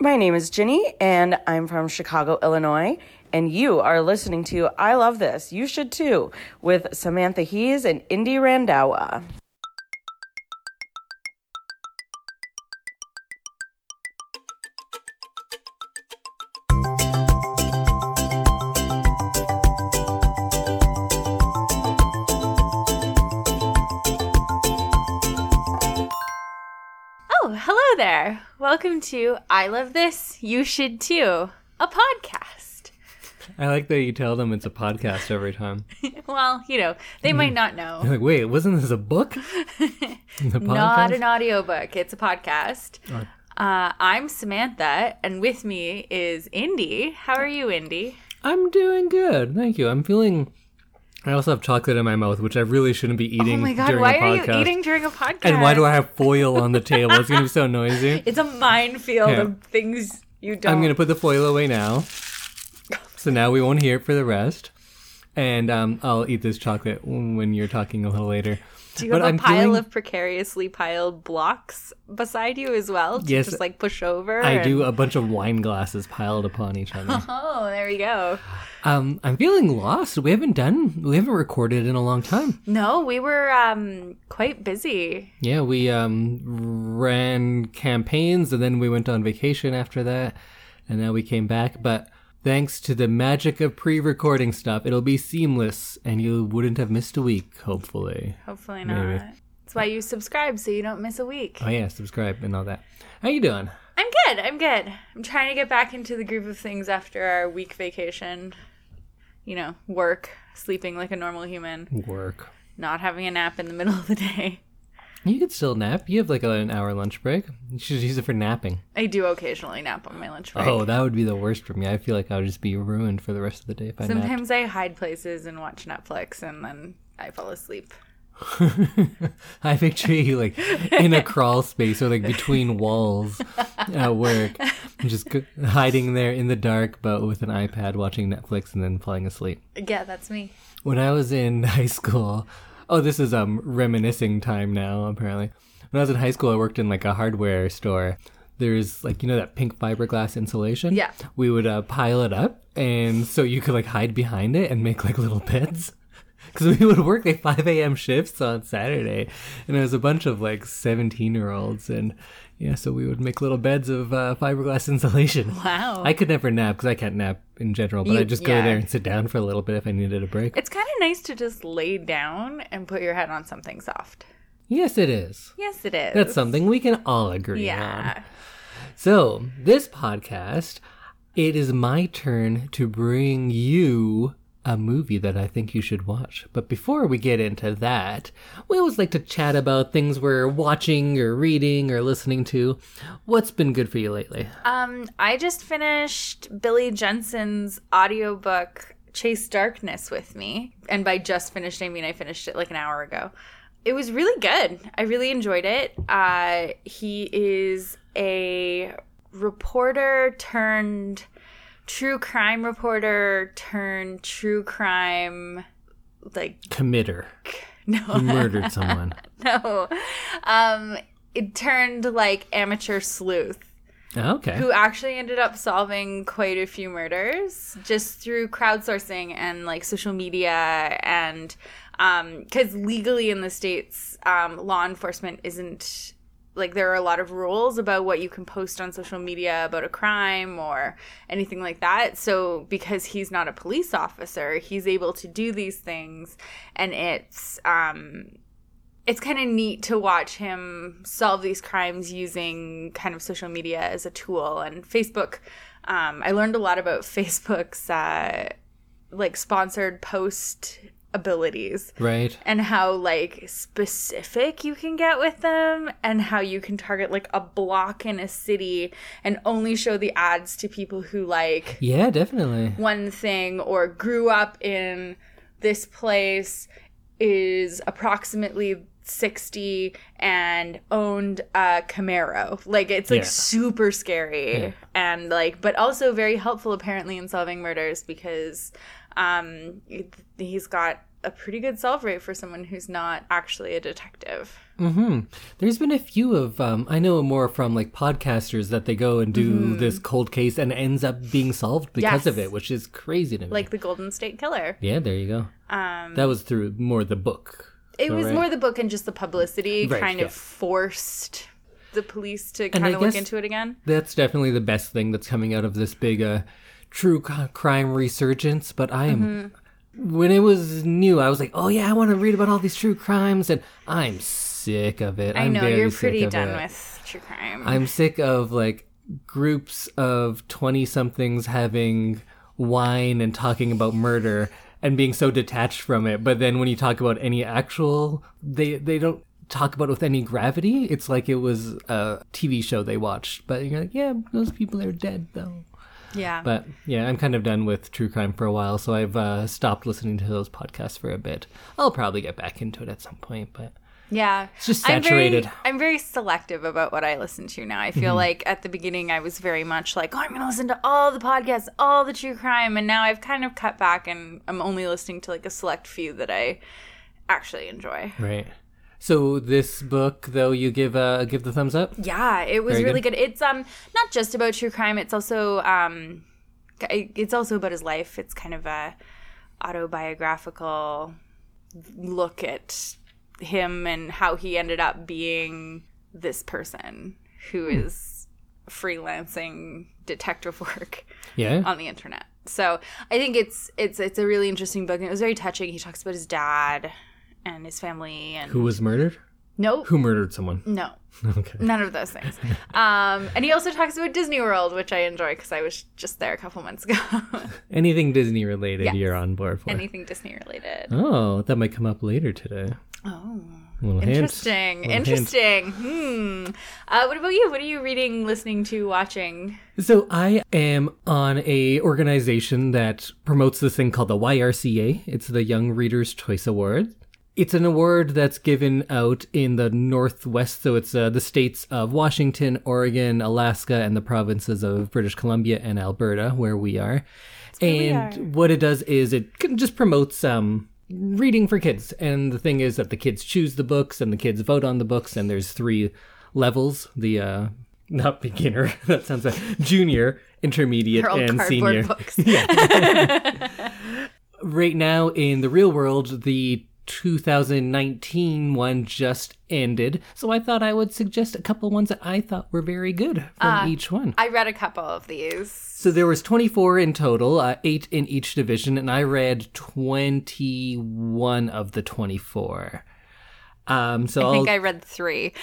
My name is Ginny, and I'm from Chicago, Illinois. And you are listening to I Love This, You Should Too, with Samantha Hees and Indy Randawa. Oh, hello there. Welcome to I Love This, You Should Too, a podcast. I like that you tell them it's a podcast every time. Well, you know, they might not know. They're like, wait, wasn't this a book? The Not podcast? an audiobook, it's a podcast. Uh, I'm Samantha, and with me is Indy. How are you, Indy? I'm doing good. Thank you. I'm feeling. I also have chocolate in my mouth, which I really shouldn't be eating Oh my god, during why a are podcast. you eating during a podcast? and why do I have foil on the table? It's going to be so noisy. It's a minefield Yeah. of things you don't. I'm going to put the foil away now. So now we won't hear it for the rest. And um, I'll eat this chocolate when you're talking a little later. Do you But have a I'm pile doing- of precariously piled blocks beside you as well? To Yes, Just like push over? I and- do a bunch of wine glasses piled upon each other. Oh, there we go. Um, I'm feeling lost. We haven't done, we haven't recorded in a long time. No, we were um, quite busy. Yeah, we um, ran campaigns and then we went on vacation after that. And now we came back. But thanks to the magic of pre recording stuff, it'll be seamless and you wouldn't have missed a week, hopefully. Hopefully not. That's why you subscribe so you don't miss a week. Oh, yeah, subscribe and all that. How you doing? I'm good. I'm good. I'm trying to get back into the groove of things after our week vacation. You know, work, sleeping like a normal human, Work. not having a nap in the middle of the day. You could still nap. You have like an hour lunch break. You should use it for napping. I do occasionally nap on my lunch break. Oh, that would be the worst for me. I feel like I would just be ruined for the rest of the day if I napped. Sometimes I hide places and watch Netflix and then I fall asleep. I picture you like in a crawl space or like between walls at work, just g- hiding there in the dark, but with an iPad watching Netflix and then falling asleep. Yeah, that's me. When I was in high school, oh, this is um reminiscing time now apparently. When I was in high school, I worked in like a hardware store. There's like you know that pink fiberglass insulation. Yeah. we would uh, pile it up, and so you could like hide behind it and make like little beds. Because we would work like 5 a.m. shifts on Saturday, and it was a bunch of like 17 year olds, and yeah, so we would make little beds of uh, fiberglass insulation. Wow. I could never nap because I can't nap in general, but You- I just yeah. go there and sit down for a little bit if I needed a break. It's kind of nice to just lay down and put your head on something soft. Yes, it is. Yes, it is. That's something we can all agree yeah. on. So, this podcast, it is my turn to bring you a movie that I think you should watch. But before we get into that, we always like to chat about things we're watching or reading or listening to. What's been good for you lately? Um, I just finished Billy Jensen's audiobook Chase Darkness with me. And by just finished, I mean I finished it like an hour ago. It was really good. I really enjoyed it. Uh, he is a reporter turned true crime reporter turned true crime like Committer. no You murdered someone. no um it turned like amateur sleuth Okay. who actually ended up solving quite a few murders just through crowdsourcing and like social media and because legally in the states um, law enforcement isn't like there are a lot of rules about what you can post on social media about a crime or anything like that so because he's not a police officer he's able to do these things and it's um, it's kind of neat to watch him solve these crimes using kind of social media as a tool and Facebook. Um, I learned a lot about Facebook's uh, like sponsored post abilities Right. and how like specific you can get with them and how you can target like a block in a city and only show the ads to people who like Yeah, definitely. one thing or grew up in this place is approximately 60 and owned a Camaro. Like it's like Yeah. super scary Yeah. and like but also very helpful apparently in solving murders because um it- he's got a pretty good solve rate for someone who's not actually a detective. hmm There's been a few of um, I know more from like podcasters that they go and do this cold case and ends up being solved because of Mm-hmm. Yes. it, which is crazy to me. Like the Golden State Killer. yeah, there you go. Um, That was through more the book. it though, was right? more the book and just the publicity Right, kind yeah. of forced the police to I kind of look guess- into it again. That's definitely the best thing that's coming out of this big uh, true c- crime resurgence. But I am, Mm-hmm. when it was new, I was like, oh yeah, I want to read about all these true crimes, and I'm sick of it. I I'm know very you're sick pretty of done it. with true crime. I'm sick of like groups of 20 somethings having wine and talking about murder and being so detached from it. But then when you talk about any actual, they, they don't talk about it with any gravity. It's like it was a TV show they watched. But you're like, yeah, those people are dead though. yeah. But yeah, I'm kind of done with true crime for a while, so I've uh, stopped listening to those podcasts for a bit. I'll probably get back into it at some point, but Yeah. It's just I'm saturated. Mm-hmm. very, I'm very selective about what I listen to now. I feel like at the beginning I was very much like, oh, I'm going to listen to all the podcasts, all the true crime. And now I've kind of cut back and I'm only listening to like a select few that I actually enjoy. right. So this book, though, you give uh, give the thumbs up. Yeah, it was Very really good. It's um not just about true crime. It's also um it- it's also about his life. It's kind of a autobiographical look at him and how he ended up being this person who Hmm. is freelancing detective work Yeah. on the internet. So I think it's it's it's a really interesting book and it was very touching. He talks about his dad and his family and Who was murdered? nope. Who murdered someone? no. Okay. None of those things. Um, and he also talks about Disney World, which I enjoy because I was just there a couple months ago. Anything Disney related, Yes. you're on board for. Anything Disney related. oh, that might come up later today. Oh, A little hint. interesting. Little hint. Interesting. Hmm. Uh, what about you? What are you reading, listening to, watching? So I am on a organization that promotes this thing called the YRCA. It's the Young Readers Choice Award. It's an award that's given out in the Northwest, so it's uh, the states of Washington, Oregon, Alaska, and the provinces of British Columbia and Alberta, where we are. and what it does is it c- just promotes um, reading for kids. And the thing is that the kids choose the books and the kids vote on the books, and there's three levels the uh, not beginner, that sounds like junior, intermediate, They're all and cardboard senior books. right now in the real world, the 2019 one just ended. So I thought I would suggest a couple ones that I thought were very good from Ah. each one. I read a couple of these. So there was 24 in total, uh, 8 in each division, and I read 21 of the 24. Um, so I I'll, think I read three.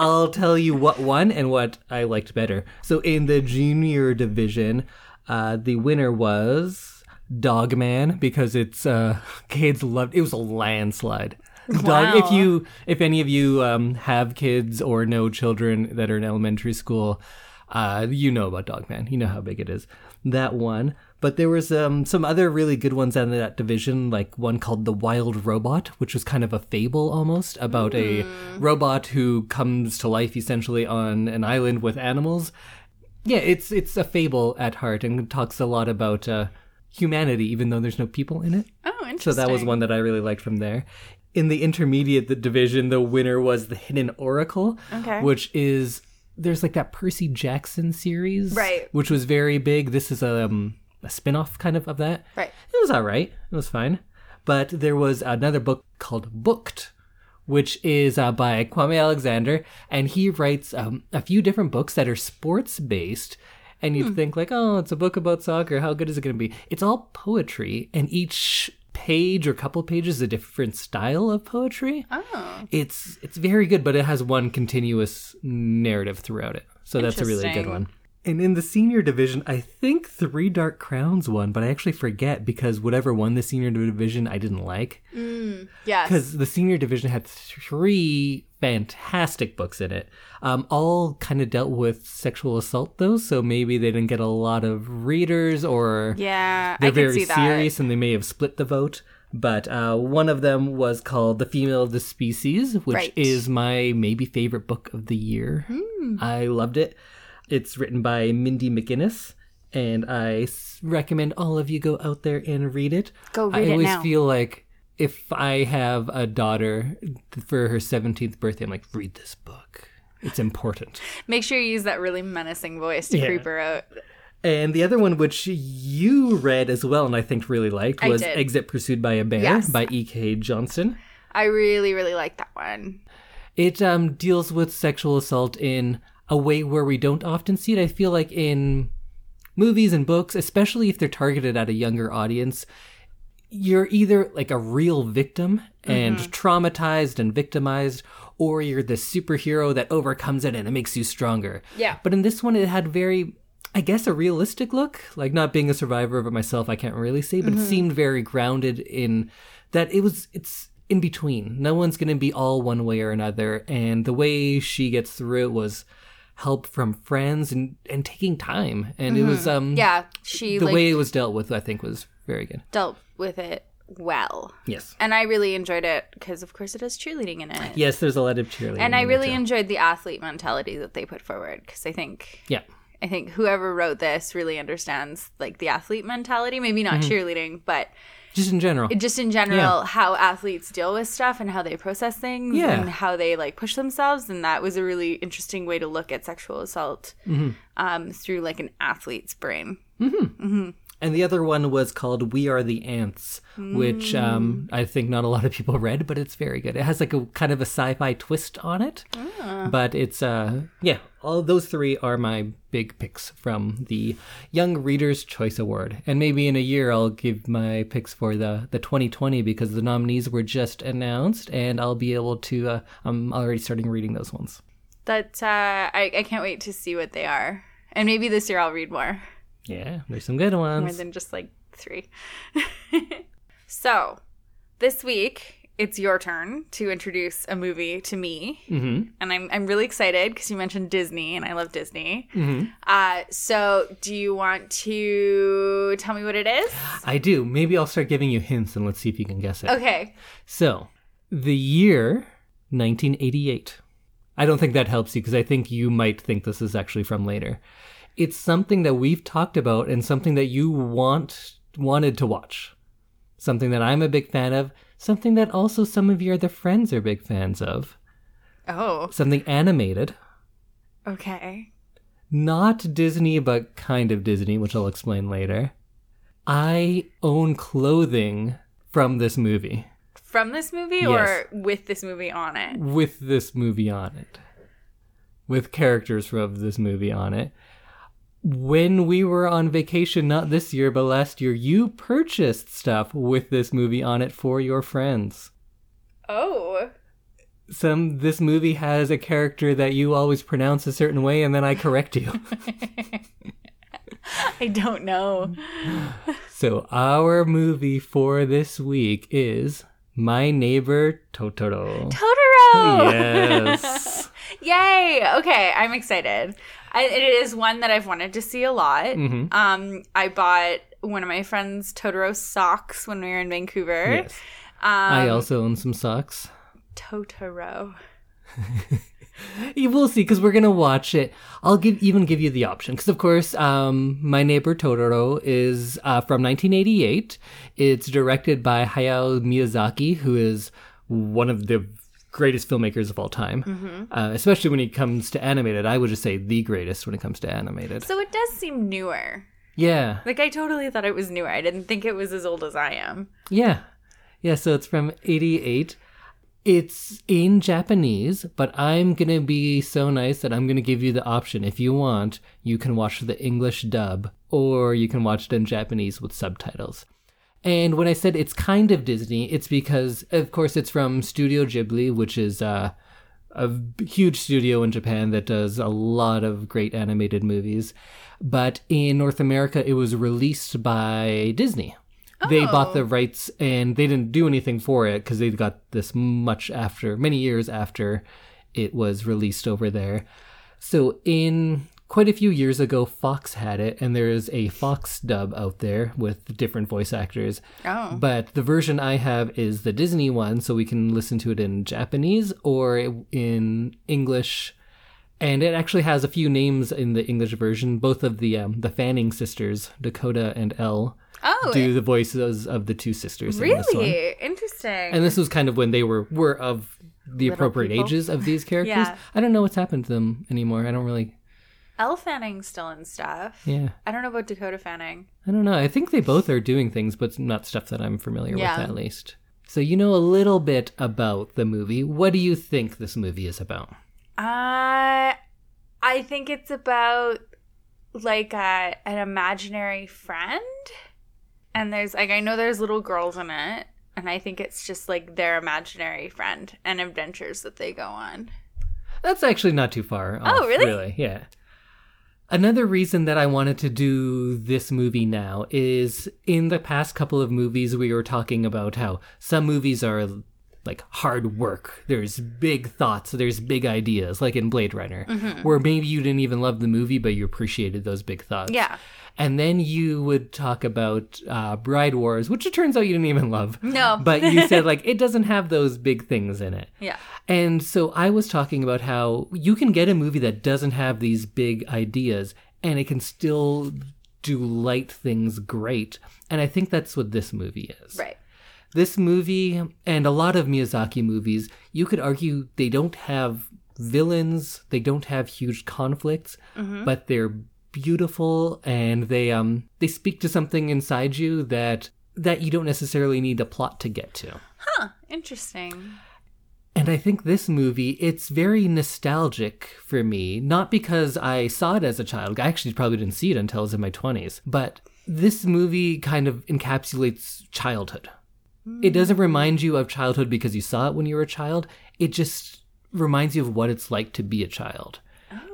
I'll tell you what won and what I liked better. So in the junior division, uh, the winner was Dogman because it's uh, kids loved. It was a landslide. Dog, If you, if any of you um, have kids or know children that are in elementary school, uh, you know about Dogman. You know how big it is. That one. But there was um, some other really good ones out of that division, like one called The Wild Robot, which was kind of a fable almost about a robot who comes to life essentially on an island with animals. Yeah, it's it's a fable at heart and talks a lot about uh, humanity, even though there's no people in it. Oh, interesting. So that was one that I really liked from there. In the intermediate division, the winner was The Hidden Oracle, Okay. which is there's like that Percy Jackson series, Right. Which was very big. This is a, um, a spin off kind of of that. Right. It was all right. It was fine. But there was another book called Booked, which is uh, by Kwame Alexander, and he writes um, a few different books that are sports based. And Hmm. you'd think like, oh, it's a book about soccer. How good is it going to be? It's all poetry, and each page or couple pages is a different style of poetry. Oh, It's it's very good, but it has one continuous narrative throughout it. So that's a really good Interesting. one. And in the senior division, I think Three Dark Crowns won, but I actually forget because whatever won the senior division, I didn't like yes. because the senior division had three fantastic books in it. Um, all kind of dealt with sexual assault, though, so maybe they didn't get a lot of readers or Yeah, I they're can very see that. serious and they may have split the vote. But uh, one of them was called The Female of the Species, which Right. is my maybe Hmm. favorite book of the year. I loved it. It's written by Mindy McGinnis and I s- recommend all of you go out there and read it. Go I read it always now. feel like if I have a daughter for her 17th birthday, I'm like, read this book. It's important. Make sure you use that really menacing voice to Yeah. creep her out. And the other one, which you read as well and I think really liked, I was did. Exit Pursued by a Bear Yes. by E.K. Johnson. I really, really like that one. It um, deals with sexual assault in a way where we don't often see it. I feel like in movies and books, especially if they're targeted at a younger audience, you're either like a real victim and Mm-hmm. traumatized and victimized, or you're the superhero that overcomes it and it makes you stronger. Yeah. But in this one, it had very, I guess, a realistic look. Like, not being a survivor of it myself, I can't really say, Mm-hmm. but it seemed very grounded in that it was, it's in between. No one's going to be all one way or another. And the way she gets through it was help from friends and, and taking time. And it was, um, Mm-hmm. Yeah, she the like way it was dealt with, I think, was very good. dealt with it well, Yes. and I really enjoyed it because, of course, it has cheerleading in it. Yes, there's a lot of cheerleading. and I in there, really too. enjoyed the athlete mentality that they put forward because I think yeah. I think whoever wrote this really understands like the athlete mentality. Maybe not Mm-hmm. cheerleading, but Just in general. just in general how athletes deal with stuff and how they process things Yeah. and how they like push themselves and that was a really interesting way to look at sexual assault Mm-hmm. um, through like an athlete's brain And the other one was called We Are the Ants, which Mm. um, I think not a lot of people read, but it's very good. It has like a kind of a sci fi twist on it. Ah. But it's, uh, yeah, all those three are my big picks from the Young Reader's Choice Award. And maybe in a year I'll give my picks for the, the 2020 because the nominees were just announced and I'll be able to, uh, I'm already starting reading those ones. that uh, I, I can't wait to see what they are and maybe this year i'll read more Yeah, there's some good more ones. than just like three so this week it's your turn to introduce a movie to me Mhm. and i'm, I'm really excited because you mentioned disney and i love disney Mhm. Uh, so do you want to tell me what it is? I do. Maybe I'll start giving you hints and let's see if you can guess it. Okay. So, the year 1988. I don't think that helps you because I think you might think this is actually from later. It's something that we've talked about and something that you want wanted to watch. Something that I'm a big fan of, something that also some of your other friends are big fans of. Oh, Something animated, okay. not Disney but kind of Disney, which I'll explain later. I own clothing from this movie. From this movie Yes. or with this movie on it? with this movie on it, with characters from this movie on it. When we were on vacation, not this year, but last year, you purchased stuff with this movie on it for your friends. Oh. Some this movie has a character that you always pronounce a certain way, and then I correct you. I don't know. so our movie for this week is My Neighbor Totoro. Totoro. Yes. Yay. Okay, I'm excited. I, it is one that I've wanted to see a lot. Mhm. Um I bought one of my friends Totoro socks when we were in Vancouver. Um, Yes. I also own some socks. Totoro. You will see because we're gonna watch it. I'll give even give you the option because, of course, um, my neighbor Totoro is uh, from 1988. It's directed by Hayao Miyazaki, who is one of the greatest filmmakers of all time. Uh, especially when it comes to animated, I would just say the greatest when it comes to animated. So it does seem newer. yeah, Like I totally thought it was newer. I didn't think it was as old as I am. yeah, yeah. So it's from 88. It's in Japanese, but I'm going to be so nice that I'm going to give you the option. If you want, you can watch the English dub or you can watch it in Japanese with subtitles. And when I said it's kind of Disney, it's because, of course, it's from Studio Ghibli, which is uh, a b- huge studio in Japan that does a lot of great animated movies. But in North America, it was released by Disney. They bought the rights and they didn't do anything for it because they got this much after, many years after it was released over there. So in quite a few years ago, Fox had it, and there is a Fox dub out there with different voice actors. Oh. But the version I have is the Disney one, so we can listen to it in Japanese or in English and it actually has a few names in the English version. Both of the um, the Fanning sisters, Dakota and Elle, Oh, do the voices of the two sisters. In this one. really? Interesting. And this was kind of when they were were of the appropriate people. ages of these characters. Yeah. I don't know what's happened to them anymore. I don't really. Elle Fanning's still in stuff. Yeah, I don't know about Dakota Fanning. I don't know. I think they both are doing things, but not stuff that I'm familiar Yeah. with at least. So you know a little bit about the movie. What do you think this movie is about? Uh, I think it's about like a, an imaginary friend. And there's like, I know there's little girls in it. And I think it's just like their imaginary friend and adventures that they go on. That's actually not too far. Off, Oh, really? Really, yeah. Another reason that I wanted to do this movie now is in the past couple of movies, we were talking about how some movies are like hard work. There's big thoughts, there's big ideas, like in Blade Runner, Mm-hmm. where maybe you didn't even love the movie, but you appreciated those big thoughts. Yeah. And then you would talk about uh, Bride Wars, which it turns out you didn't even love. No. But you said, like, it doesn't have those big things in it. Yeah. And so I was talking about how you can get a movie that doesn't have these big ideas and it can still do light things great. And I think that's what this movie is. Right. This movie and a lot of Miyazaki movies, you could argue they don't have villains, they don't have huge conflicts, but they're beautiful and they um they speak to something inside you that that you don't necessarily need a plot to get to. Huh. Interesting. And I think this movie, it's very nostalgic for me, not because I saw it as a child. I actually probably didn't see it until I was in my 20s, but this movie kind of encapsulates childhood. It doesn't remind you of childhood because you saw it when you were a child. It just reminds you of what it's like to be a child.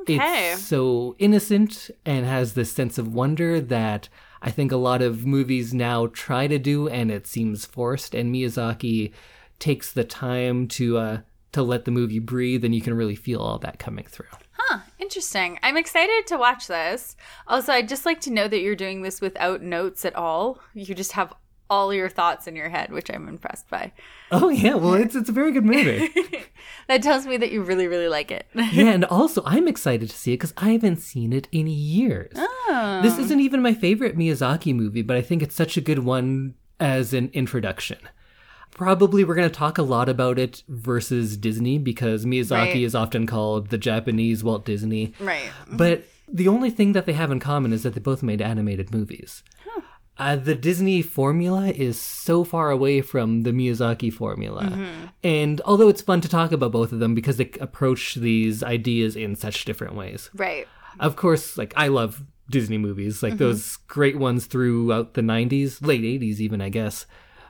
Okay. It's so innocent and has this sense of wonder that I think a lot of movies now try to do, and it seems forced. And Miyazaki takes the time to uh, to let the movie breathe, and you can really feel all that coming through. Huh, interesting. I'm excited to watch this. Also, I'd just like to know that you're doing this without notes at all. You just have all your thoughts in your head, which I'm impressed by. Oh yeah, well it's it's a very good movie. that tells me that you really, really like it. yeah, and also I'm excited to see it because I haven't seen it in years. Oh. This isn't even my favorite Miyazaki movie, but I think it's such a good one as an introduction. Probably we're going to talk a lot about it versus Disney because Miyazaki Right. is often called the Japanese Walt Disney. Right. But the only thing that they have in common is that they both made animated movies. Uh, the Disney formula is so far away from the Miyazaki formula. Mm-hmm. And although it's fun to talk about both of them because they approach these ideas in such different ways Right. of course, like I love Disney movies, like Mm-hmm. those great ones throughout the 90s, late 80s, even, I guess.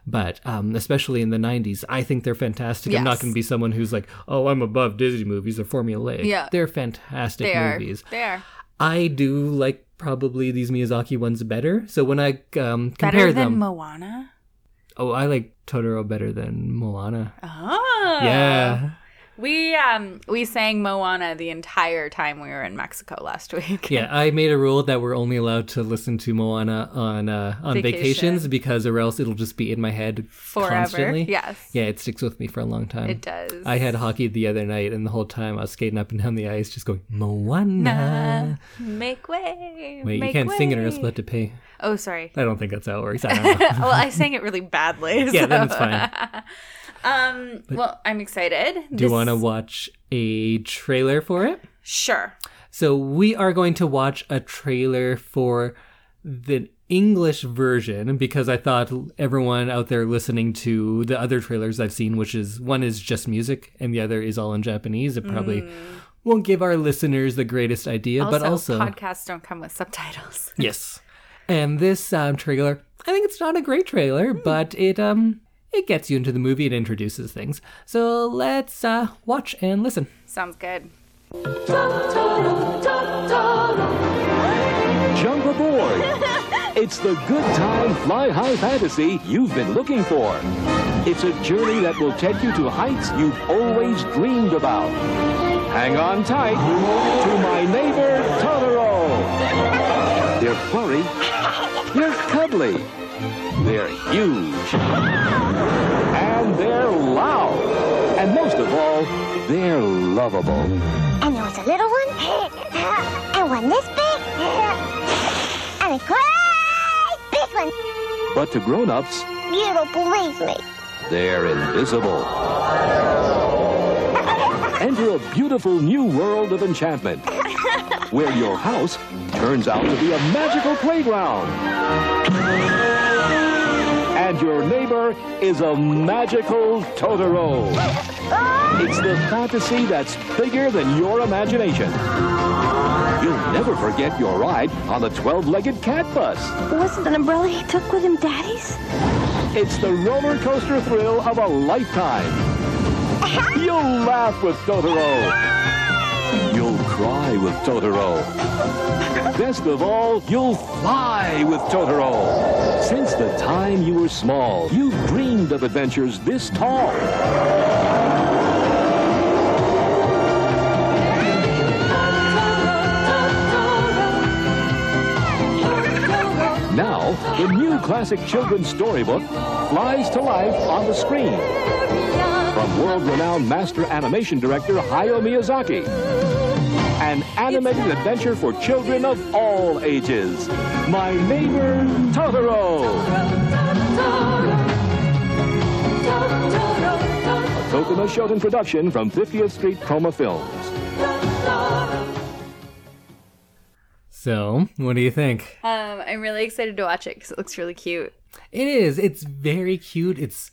But um, especially in the 90s, I think they're fantastic. I'm not Yes. going to be someone who's like, oh, I'm above Disney movies. They're formulaic. Yeah. They're fantastic They are. movies. They are. I do like probably these Miyazaki ones better. So when I um, compare Better than them, Moana. oh, I like Totoro better than Moana. Oh. yeah. We um we sang Moana the entire time we were in Mexico last week. Yeah, I made a rule that we're only allowed to listen to Moana on uh, on Vacation. vacations because or else it'll just be in my head Forever. Constantly. Yes. Yeah, it sticks with me for a long time. It does. I had hockey the other night, and the whole time I was skating up and down the ice, just going Moana. Make way. Wait, you make can't sing it, or else way. we'll have to pay. Oh, sorry. I don't think that's how it works. I don't know. well, I sang it really badly. Yeah, then so- it's fine. Um, well, I'm excited. Do you want to watch a trailer for it? Sure. So we are going to watch a trailer for the English version because I thought everyone out there listening to the other trailers I've seen, which is one is just music and the other is all in Japanese, it probably won't give our listeners the greatest idea, Also, but also podcasts don't come with subtitles. yes. And this um, trailer, I think it's not a great trailer, but it um it gets you into the movie. It introduces things. So let's uh, watch and listen. Sounds good. Jump aboard! it's the good time fly high fantasy you've been looking for. It's a journey that will take you to heights you've always dreamed about. Hang on tight to my neighbor Totoro. They're furry. They're cuddly. They're huge. And they're loud. And most of all, they're lovable. 안녕하세요. little one, and one this big, and a great big one. But to grown ups, You don't believe me. they're invisible. Enter a beautiful new world of enchantment where your house turns out to be a magical playground. And your neighbor is a magical Totoro. It's the fantasy that's bigger than your imagination. You'll never forget your ride on the 12 legged cat bus. Wasn't an umbrella he took with him daddy's? It's the roller coaster thrill of a lifetime. You'll laugh with Totoro. You'll cry with Totoro. Best of all, you'll fly with Totoro. Since the time you were small, you've dreamed of adventures this tall. Now, the new classic children's storybook flies to life on the screen. From world renowned master animation director Hayao Miyazaki. An animated adventure for children of all ages. My neighbor Totoro, a Tokuma Shoten production from 50th Street Chroma Films. So, what do you think? Um, I'm really excited to watch it because it looks really cute. It is. It's very cute. It's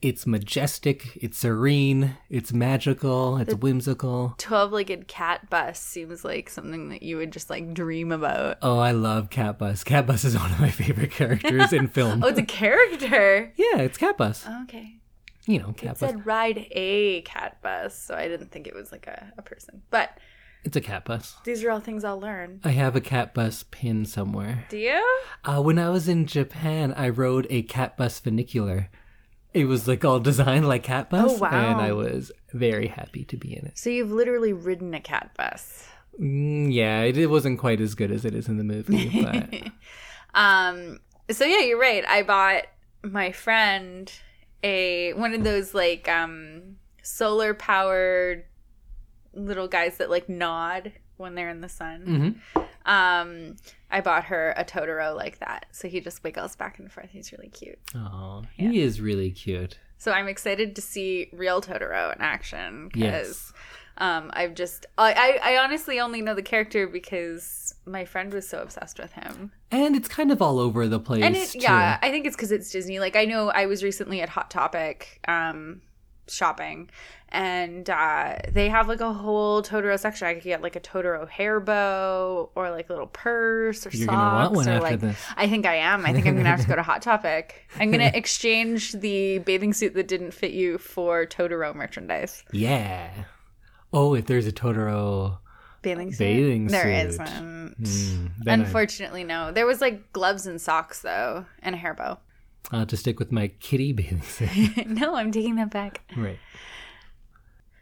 it's majestic. It's serene. It's magical. It's whimsical. Twelve-legged cat bus seems like something that you would just like dream about. Oh, I love Catbus. Catbus is one of my favorite characters in film. Oh, it's a character. yeah, it's Catbus. Okay. You know, It Catbus. said ride a cat bus, so I didn't think it was like a, a person. But It's a Catbus. these are all things I'll learn. I have a Catbus pin somewhere. Do you? Uh, when I was in Japan, I rode a Catbus funicular. It was like all designed like Catbus, Oh, wow. and I was very happy to be in it. So you've literally ridden a cat bus. Mm, yeah, it, it wasn't quite as good as it is in the movie, but Um, so yeah, you're right. I bought my friend a one of those like um solar powered little guys that like nod when they're in the sun. Mm-hmm. Um, I bought her a Totoro like that. So he just wiggles back and forth. He's really cute. oh, he is really cute. So I'm excited to see real Totoro in action because Yes. um, I've just I, I I honestly only know the character because my friend was so obsessed with him. And it's kind of all over the place. and it, too. yeah i think it's because it's disney like i know i was recently at hot topic um shopping and uh they have like a whole totoro section i could get like a totoro hair bow or like a little purse or You're socks gonna want one or after like this. i think i am i think i'm gonna have to go to hot topic i'm gonna exchange the bathing suit that didn't fit you for totoro merchandise Yeah. Oh, if there's a Totoro, bathing suit Bathing there suit. isn't mm, then I, unfortunately no there was like gloves and socks though and a hair bow I'll have to stick with my kitty bathing suit. no i'm taking that back right.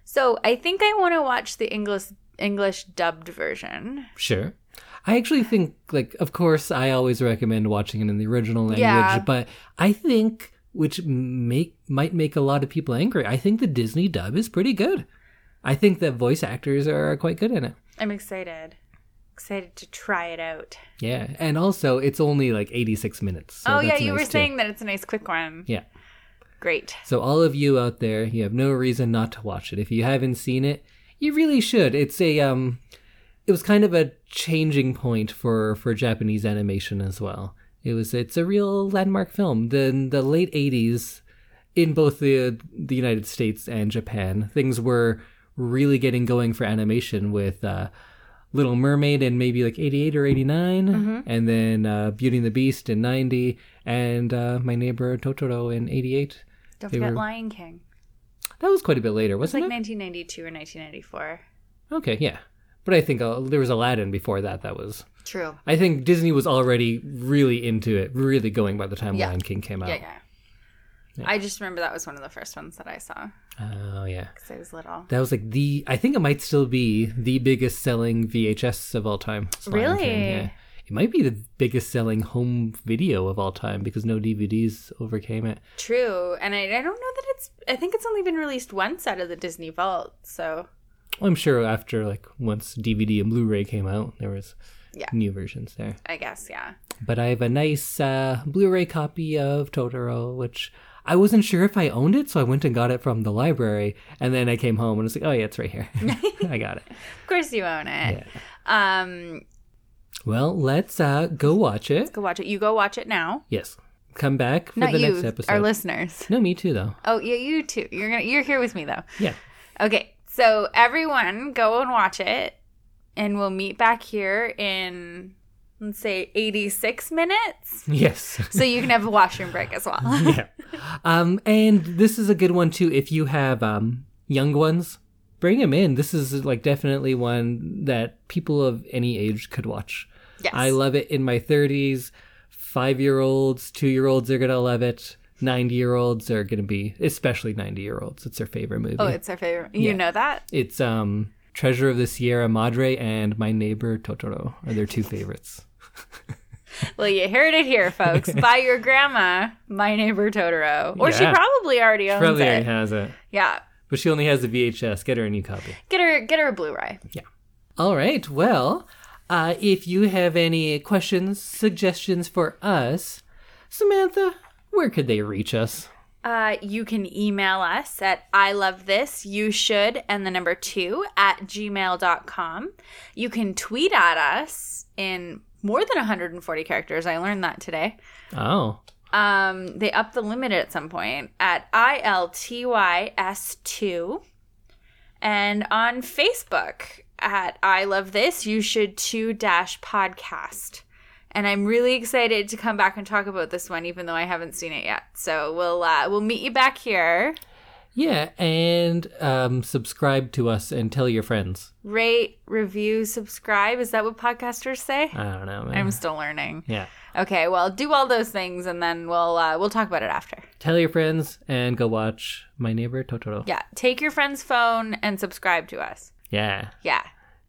So I think I want to watch the English English dubbed version. Sure. I actually think, like, of course, I always recommend watching it in the original language, Yeah. but I think, which make might make a lot of people angry, I think the Disney dub is pretty good. I think that voice actors are quite good in it. I'm excited. Excited to try it out. Yeah, and also it's only like 86 minutes. so oh yeah, that's you nice, were too. saying that it's a nice quick one. Yeah. Great. So all of you out there, you have no reason not to watch it. If you haven't seen it, you really should. It's a um it was kind of a changing point for for Japanese animation as well. It was it's a real landmark film. The the late 80s in both the the United States and Japan, things were really getting going for animation with uh Little Mermaid in maybe like 88 or 89, and then uh, Beauty and the Beast in 90, and uh, My Neighbor Totoro in 88. Don't They forget were- Lion King. That was quite a bit later, It's like wasn't it? 1992 or 1994. okay, yeah. But I think uh, there was Aladdin before that. That was. True. I think Disney was already really into it, really going by the time Yeah. Lion King came out. Yeah, yeah, I just remember that was one of the first ones that I saw Oh yeah. because I was little. That was like the. I think it might still be the biggest selling VHS of all time. It's Lion King, Really? yeah. It might be the biggest selling home video of all time because no DVDs overcame it. True, and I, I don't know that it's. I think it's only been released once out of the Disney Vault. So I'm sure after like once DVD and Blu-ray came out, there was Yeah. new versions there. I guess, yeah. But I have a nice uh, Blu-ray copy of Totoro, which I wasn't sure if I owned it, so I went and got it from the library, and then I came home and was like, "Oh yeah, it's right here. I got it." Of course you own it. Um, Well, let's uh, go watch it. go watch it. You go watch it now. Yes, come back for Not the you, next episode. our listeners. no, me too though. Oh, yeah, you too. You're gonna you're here with me though. Yeah. Okay, so everyone go and watch it, and we'll meet back here in let's say 86 minutes, Yes. so you can have a washroom break as well. yeah. Um, and this is a good one too. If you have um, young ones, bring them in. This is like definitely one that people of any age could watch. Yes. I love it in my 30s. Five year olds, two year olds are going to love it. 90 year olds are going to be, especially 90 year olds. It's their favorite movie. Oh, it's our favorite. You Yeah. know that? It's um, Treasure of the Sierra Madre and My Neighbor Totoro are their two favorites. Well, you heard it here, folks. By your grandma, my neighbor Totoro, or she Yeah. probably already owns Probably it. already has it, Yeah, but she only has the VHS. Get her a new copy. get her, get her a Blu-ray. All right. Well, uh, if you have any questions, suggestions for us, Samantha, where could they reach us? Uh, you can email us at I love this, you should, and the number two at gmail.com. You can tweet at us in more than 140 characters. I learned that today. Oh, Um, they upped the limit at some point at ILTYS2 and on Facebook at I Love This, You Should Too Dash Podcast. And I'm really excited to come back and talk about this one, even though I haven't seen it yet. So we'll uh, we'll meet you back here. yeah. And um, subscribe to us and tell your friends. Rate, review, subscribe. Is that what podcasters say? I don't know, man. I'm still learning. Uh, yeah. Okay, well, do all those things, and then we'll uh, we'll talk about it after. Tell your friends and go watch My Neighbor Totoro. Yeah, take your friend's phone and subscribe to us. Yeah. Yeah.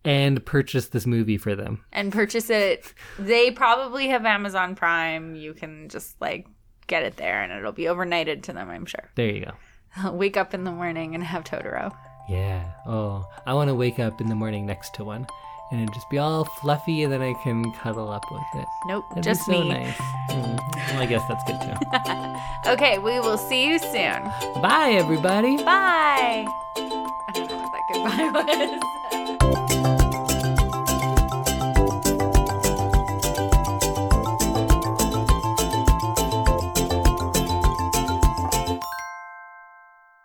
And purchase this movie for them. And purchase it. They probably have Amazon Prime. You can just like get it there and it'll be overnighted to them, I'm sure. There you go. Wake up in the morning and have Totoro. Yeah. Oh, I want to wake up in the morning next to one and it'd just be all fluffy and then I can cuddle up with it. Nope, That'd just be so me. nice. Mm, well, I guess that's good too. Okay, we will see you soon. Bye, everybody. Bye. I don't know what that goodbye was.